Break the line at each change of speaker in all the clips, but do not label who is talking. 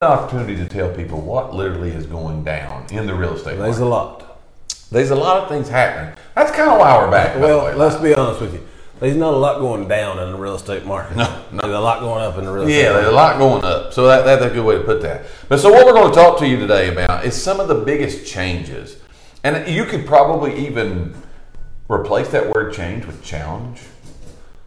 the opportunity to tell people what literally is going down in the real estate
There's
market.
a lot.
There's a lot of things happening. That's kind of why we're back. by the way.
Well, let's be honest with you. There's not a lot going down in the real estate market.
No, no.
There's a lot going up in the real estate
Yeah,
market.
there's a lot going up. So that, that's a good way to put that. But so what we're going to talk to you today about is some of the biggest changes. And you could probably even replace that word change with challenge.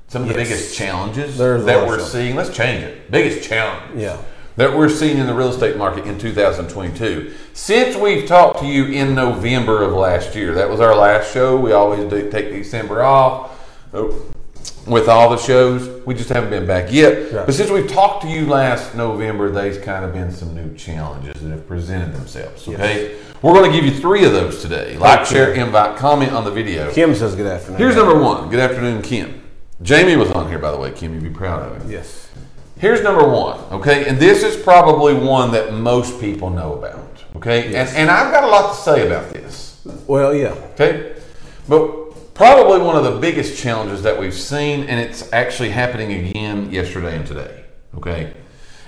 Some of the
Yes.
biggest challenges
There's
that
lots
we're
of them.
seeing. Let's change it. Biggest challenge.
Yeah.
That we're seeing in the real estate market in 2022. Since we've talked to you in November of last year, that was our last show. We always do take December off. Oh, with all the shows. We just haven't been back yet.
Right.
But since we've talked to you last November, there's kind of been some new challenges that have presented themselves. Okay, we're going to give you three of those today. Like, share, invite, comment on the video.
Kim says good afternoon.
Here's number one. Good afternoon, Kim. Jamie was on here, by the way. Kim, you'd be proud of him.
Yes.
Here's number one, okay, and this is probably one that most people know about, okay, and, and I've got a lot to say about this.
Well, yeah.
Okay, but probably one of the biggest challenges that we've seen, and it's actually happening again yesterday and today. Okay,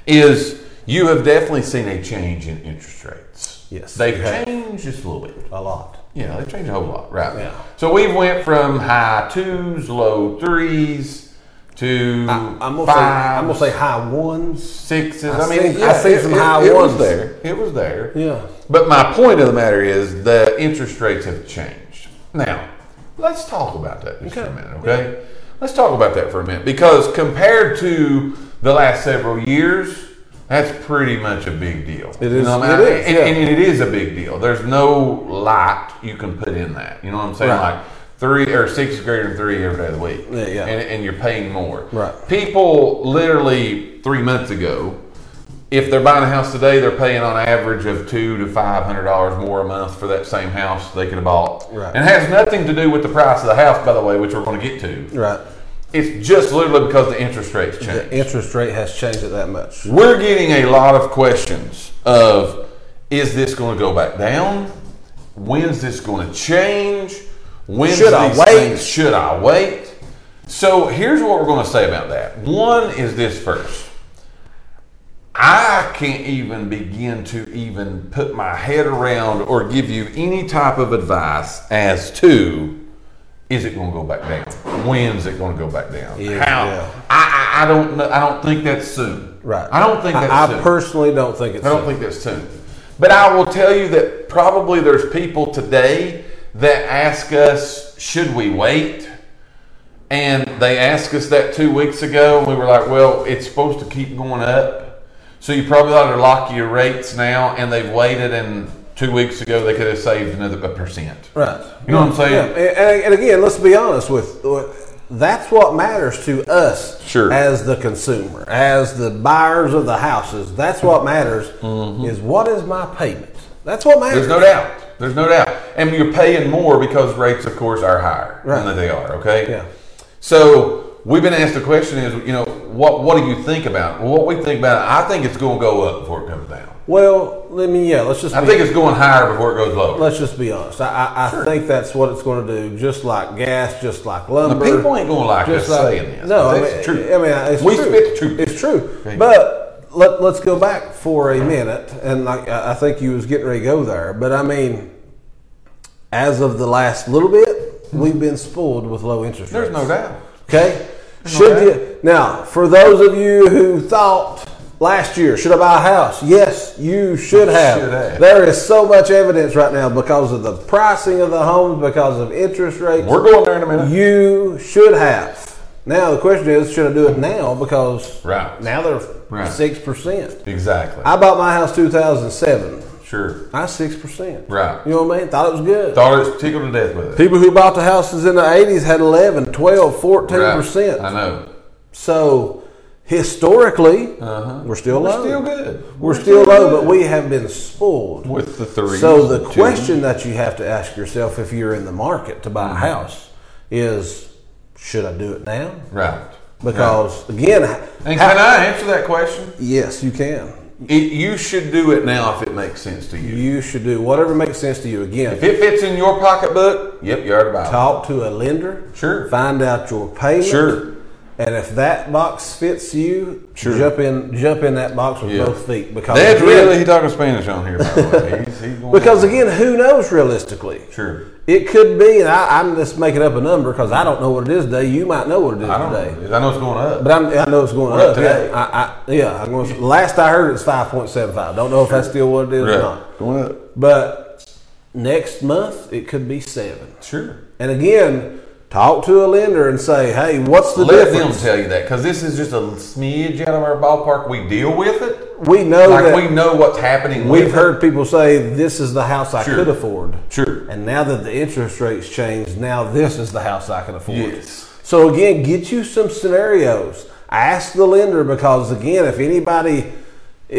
is you have definitely seen a change in interest rates.
Yes.
they've
Okay.
changed just a little bit.
A lot.
Yeah, they've changed a whole lot, right?
Yeah.
So we went from high twos, low threes to
I'm gonna say
five,
I'm gonna say high ones.
sixes. I,
I
mean,
seen- I seen some high
it was
ones.
there. It was there.
Yeah.
But my point of the matter is the interest rates have changed. Now, let's talk about that just for a
Okay.
minute, okay? Let's talk about that for a minute because compared to the last several years, that's pretty much a big deal.
It
You
is-
know what I
it
mean?
is,
and,
yeah.
and it is a big deal. There's no light you can put in that. You know what I'm saying?
Right.
Like three or six is greater than three every day of the week.
Yeah, yeah.
And, and you're paying more.
Right.
People literally three months ago, if they're buying a house today, they're paying on average of two to five hundred dollars more a month for that same house they could have bought.
Right.
And it has nothing to do with the price of the house, by the way, which we're going to get to.
Right.
It's just literally because the interest rates changed.
The interest rate has changed it that much.
We're getting a lot of questions of is this going to go back down? When's this going to change? When's
Should I
these
wait?
things- should I wait? So here's what we're going to say about that. One is this first. I can't even begin to even put my head around or give you any type of advice as to is it going to go back down? When's it going to go back down?
Yeah,
How?
yeah.
I, I, I don't know. I don't think that's soon.
Right.
I don't think that's
I,
soon.
I personally don't think it's
I don't think that's soon. But I will tell you that probably there's people today that ask us, should we wait? And they asked us that two weeks ago, and we were like, well, it's supposed to keep going up. So you probably ought to lock your rates now, and they've waited, and two weeks ago they could have saved another a percent.
Right. Mm.
You know what I'm saying?
Yeah. And, and again, let's be honest with that's what matters to us
Sure.
as the consumer, as the buyers of the houses. That's what matters is what is my payment. That's what matters.
Mm-hmm. There's no doubt. There's no doubt. And you're paying more because rates, of course, are higher than
Right.
they are. Okay.
Yeah.
So we've been asked the question is, you know, what what do you think about? it? Well, what we think about it, I think it's going to go up before it comes down.
well, let me yeah. Let's just
I
be,
think it's going higher before it goes lower.
let's just be honest. I, I, I think that's what it's going to do. Just like gas, just like
The
lumber.
people ain't going to like us
Just like-
saying this.
No,
but
I
that's
mean,
the truth.
I mean, it's
we
true.
spit the truth.
It's true.
Okay.
But let, let's go back for a minute, and like, I I think you was getting ready to go there. But I mean, as of the last little bit, we've been spoiled with low interest
There's
rates.
no doubt.
Okay.
There's no
Should
doubt.
you now? For those of you who thought last year, should I buy a house? Yes, you should have.
Should have.
There is so much evidence right now because of the pricing of the homes, because of interest rates.
We're going there in a minute.
You should have. Now the question is, should I do it now? Because
Right.
now
Right.
they're six percent.
exactly.
I bought my house two thousand seven.
sure.
I six percent.
Right.
You know what I mean? Thought it was good.
Thought it was tickled to death with it.
People who bought the houses in the eighties had 11, 12, 14
Right. I
percent.
know.
So historically, we're still
We're
low.
still good.
We're, still, low,
good.
but we have been spoiled.
with the three.
So the question that you have to ask yourself if you're in the market to buy a
Mm-hmm.
house is, should I do it now?
Right.
Because again,
And can I answer that question?
yes, you can.
It, you should do it now if it makes sense to you.
You should do whatever makes sense to you. Again,
If it fits in your pocketbook, yep, you ought to buy it.
talk to a lender.
Sure.
Find out your payment.
Sure.
And if that box fits you, jump in, jump in that box with
Yeah.
both feet because
That's
again-
really he talking Spanish on here, by the way. He's, he's going
because again, who knows realistically?
sure,
It could be, and I, I'm just making up a number because I don't know what it is today. You might know what it is
I don't
today,
know. I know it's going up.
but I'm, I know it's going
Right
up.
today.
Yeah, I, I, yeah. I'm going. Last I heard, it's five point seven five. Don't know if that's still what it is or not.
right. Going up.
But next month it could be seven.
Sure.
And again, talk to a lender and say, "Hey, what's the
Let
difference?"
them tell you that because this is just a smidge out of our ballpark. We deal with it.
We know
Like
that
we know what's happening.
We've
with it.
heard people say this is the house I
Sure.
could afford.
Sure.
And now that the interest rates changed, now this is the house I can afford.
Yes.
So again, get you some scenarios. Ask the lender because again, if anybody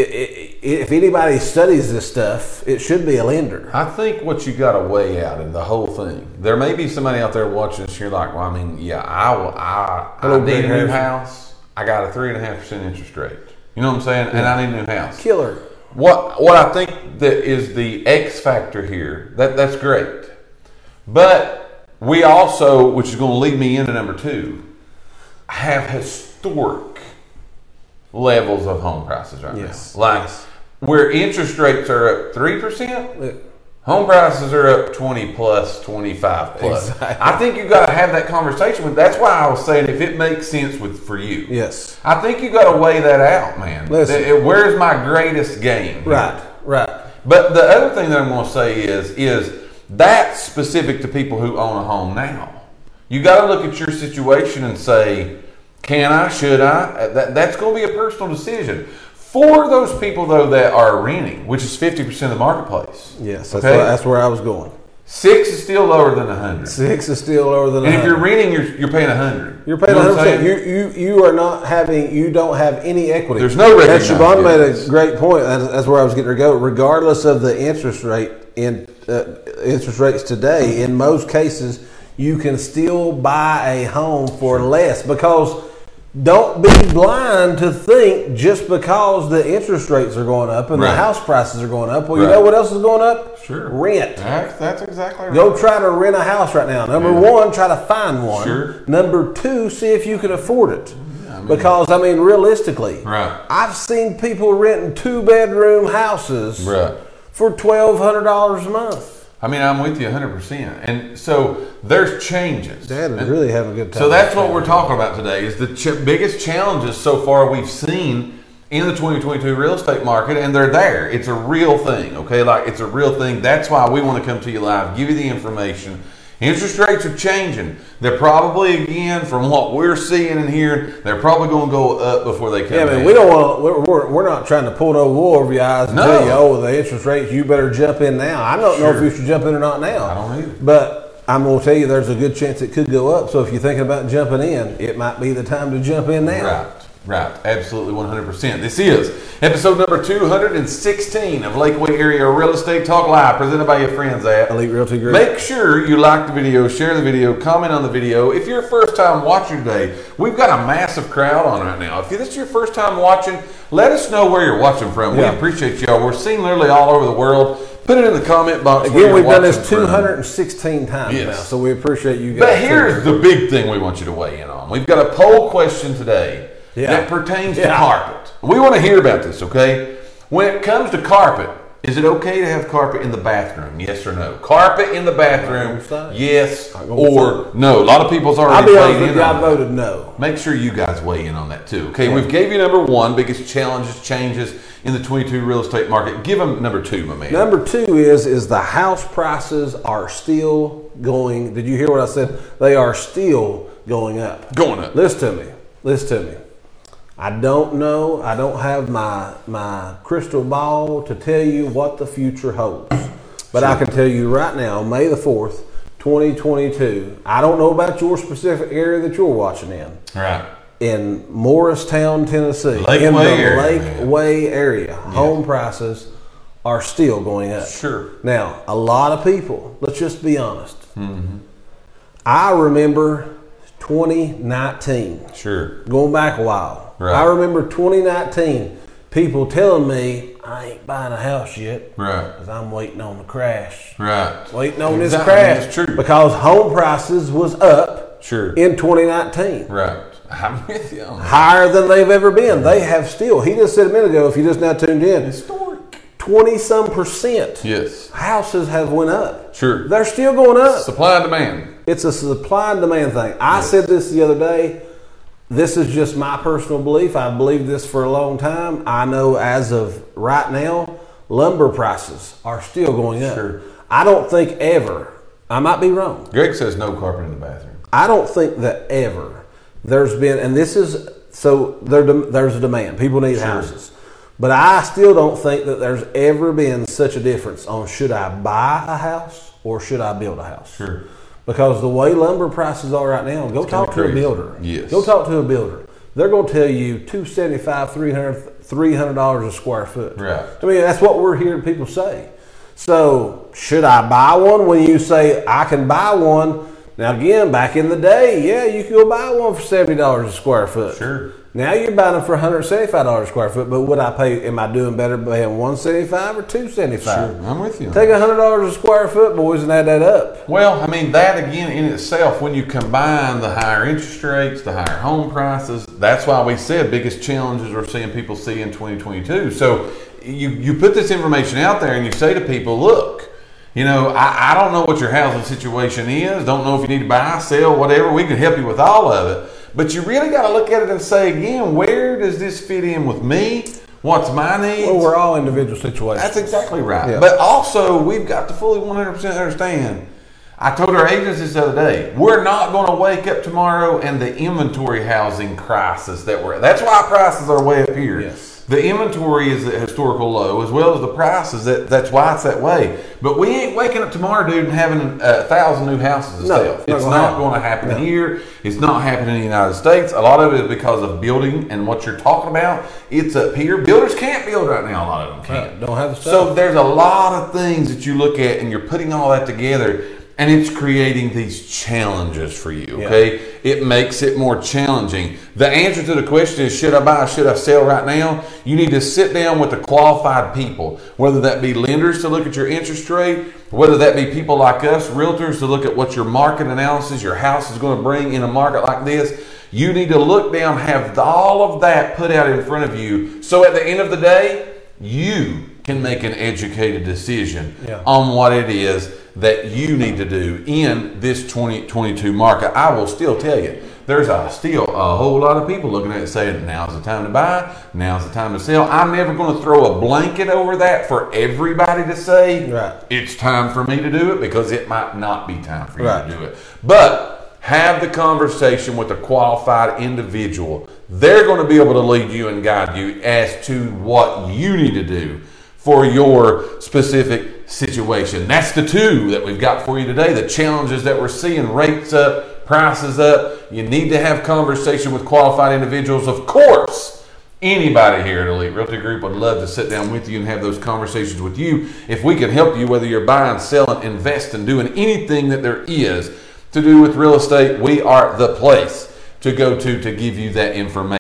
i- i- if anybody studies this stuff, it should be a lender.
I think what you got to weigh out in the whole thing. There may be somebody out there watching this. You're like, well, I mean, yeah, I will. I, I
Hello,
need a
Big
new
House.
house. I got a three and a half percent interest rate. You know what I'm saying? And I need a new house.
Killer.
What what I think that is the X factor here. That that's great, but we also, which is going to lead me into number two, have historic levels of home prices right
Yes,
now. Like where interest rates are up three percent.
Yeah.
Home prices are up 20 plus, 25 plus.
Exactly.
I think you got to have that conversation with. That's why I was saying if it makes sense with for you.
Yes.
I think you got to weigh that out, man.
Listen.
That- Where's my greatest gain? here?
Right. Right.
But the other thing that I'm going to say is is that's specific to people who own a home now. You got to look at your situation and say, can I? Should I? Uh, That, that's going to be a personal decision. For those people though that are renting, which is 50% of the marketplace.
Yes. That's,
Okay?
where, that's where I was going.
Six is still lower than 100.
Six is still lower than.
And if
100.
you're renting, you're, you're paying 100.
You're paying
You know what
100.
I'm
percent
saying?
You you you are not having you don't have any equity.
There's no
And
recognized
Siobhan made
difference.
a great point. That's, that's where I was getting her to go. Regardless of the interest rate in uh, interest rates today, in most cases, you can still buy a home for less because. Don't be blind to think just because the interest rates are going up and
Right.
the house prices are going up. Well, you
Right.
know what else is going up?
Sure.
Rent.
That's, that's exactly right.
Go try to rent a house right now. Number
Yeah.
one, try to find one.
Sure.
Number two, see if you can afford it. because I mean, realistically,
Right.
I've seen people renting two bedroom houses
Right.
for twelve hundred dollars a month.
I mean, I'm with you 100%. And so there's changes.
Dad is
And-
really having a good time.
So that's what we're talking about today is the ch- biggest challenges so far we've seen in the 2022 real estate market and they're there. It's a real thing, okay? Like it's a real thing. That's why we want to come to you live, give you the information. Interest rates are changing. They're probably again from what we're seeing and hearing, they're probably going to go up before they come
Yeah, I mean,
down.
we don't want to. We're, we're, we're not trying to pull no wool over your eyes and
No.
tell you, oh, the interest rates, you better jump in now. I don't know if you should jump in or not now.
I don't either.
But I'm going to tell you, there's a good chance it could go up. So if you're thinking about jumping in, it might be the time to jump in now.
Right, right. Absolutely 100%. This is episode number 216 of Lakeway Area Real Estate Talk Live, presented by your friends at
Elite Realty Group.
Make sure you like the video, share the video, comment on the video. If you're a first time watcher today, we've got a massive crowd on right now. If this is your first time watching, let us know where you're watching from.
Yeah.
We appreciate y'all. We're seen literally all over the world. Put it in the comment box. where
Again,
you're
we've done this
watching from.
216 times
Yes.
now, so we appreciate you guys.
But here's the big thing we want you to weigh in on. We've got a poll question today
Yeah.
that pertains to
Yeah.
carpet. We want to hear about this, okay? When it comes to carpet, is it okay to have carpet in the bathroom? Yes or no? Carpet in the bathroom,
Not gonna say.
yes
Not gonna
or no? A lot of people's
I'll
already
be
weighed
honest
in
with you,
on
I
that.
voted no.
Make sure you guys weigh in on that too. Okay, we've gave you number one biggest challenges, changes in the 22 real estate market. Give them number two, my man.
Number two is is the house prices are still going. Did you hear what I said? They are still going up.
Going up.
Listen to me. Listen to me. I don't know. I don't have my my crystal ball to tell you what the future holds. But I can tell you right now, May the 4th, 2022, I don't know about your specific area that you're watching in.
Right.
in Morristown, Tennessee,
Lakeway
in the
area, man.
Lakeway area, home prices are still going up.
Sure.
Now, a lot of people, let's just be honest.
Mm-hmm.
I remember 2019,
Sure.
going back a while.
Right.
I remember 2019, people telling me, I ain't buying a house yet
Right.
because I'm waiting on the crash.
Right.
Waiting on this
Exactly.
crash.
That's true.
Because home prices was up
Sure.
in 2019.
Right. I'm with you on that.
higher than they've ever been. They have still. He just said a minute ago. If you just now tuned in,
Historic.
twenty some percent
Yes.
houses have went up.
Sure.
They're still going up.
Supply and demand.
It's a supply and demand thing. I said this the other day. This is just my personal belief. I believe this for a long time. I know as of right now, lumber prices are still going up.
Sure.
I don't think ever, I might be wrong,
Greg says no carpet in the bathroom.
I don't think that ever there's been, and this is so there, there's a demand. People need houses, but I still don't think that there's ever been such a difference on should I buy a house or should I build a house.
Sure.
Because the way lumber prices are right now, go talk to a
crazy.
builder.
Yes.
Go talk to a builder. They're going to tell you 275 300 $300 a square foot.
Right.
I mean, that's what we're hearing people say. So, should I buy one? When you say I can buy one, now again, back in the day, yeah, you could go buy one for seventy dollars a square foot.
Sure.
Now you're buying them for one hundred seventy-five dollars a square foot. But would I pay? Am I doing better paying one seventy-five or two seventy-five?
I'm with you. on
Take hundred dollars a square foot, boys, and add that up.
Well, I mean, that again in itself, when you combine the higher interest rates, the higher home prices, that's why we said biggest challenges we're seeing people see in 2022. So you, you put this information out there and you say to people, look, you know, I, I don't know what your housing situation is, don't know if you need to buy, sell, whatever. We can help you with all of it. But you really got to look at it and say, again, where does this fit in with me? What's my needs?
Well, we're all individual situations.
That's exactly right.
Yeah.
But also, we've got to fully 100% understand. I told our agents this other day, we're not going to wake up tomorrow and the inventory housing crisis that we're That's why prices are way up here.
Yes.
The inventory is at historical low, as well as the prices. That, that's why it's that way. But we ain't waking up tomorrow, dude, and having a thousand new houses to
No,
sell.
not
It's
gonna
not
happen.
going to happen here. It's not happening in the United States. A lot of it is because of building and what you're talking about. It's up here. Builders can't build right now. A lot of them can't.
Right, don't have the stuff.
So there's a lot of things that you look at, and you're putting all that together, and it's creating these challenges for you.
Yeah.
Okay, it makes it more challenging. The answer to the question is: Should I buy? Should I sell right now? You need to sit down with the qualified people, whether that be lenders to look at your interest rate, whether that be people like us, realtors, to look at what your market analysis, your house is going to bring in a market like this. You need to look down, have all of that put out in front of you. So at the end of the day, you can make an educated decision
Yeah.
on what it is that you need to do in this 2022 market. I will still tell you, there's a, still a whole lot of people looking at it saying, now's the time to buy, now's the time to sell. I'm never going to throw a blanket over that for everybody to say,
Right.
it's time for me to do it because it might not be time for you
Right.
to do it. But have the conversation with a qualified individual. They're going to be able to lead you and guide you as to what you need to do for your specific situation. That's the two that we've got for you today. The challenges that we're seeing rates up, prices up. You need to have conversation with qualified individuals, of course. Anybody here at Elite Realty Group would love to sit down with you and have those conversations with you. If we can help you, whether you're buying, selling, investing, doing anything that there is to do with real estate, we are the place to go to to give you that information.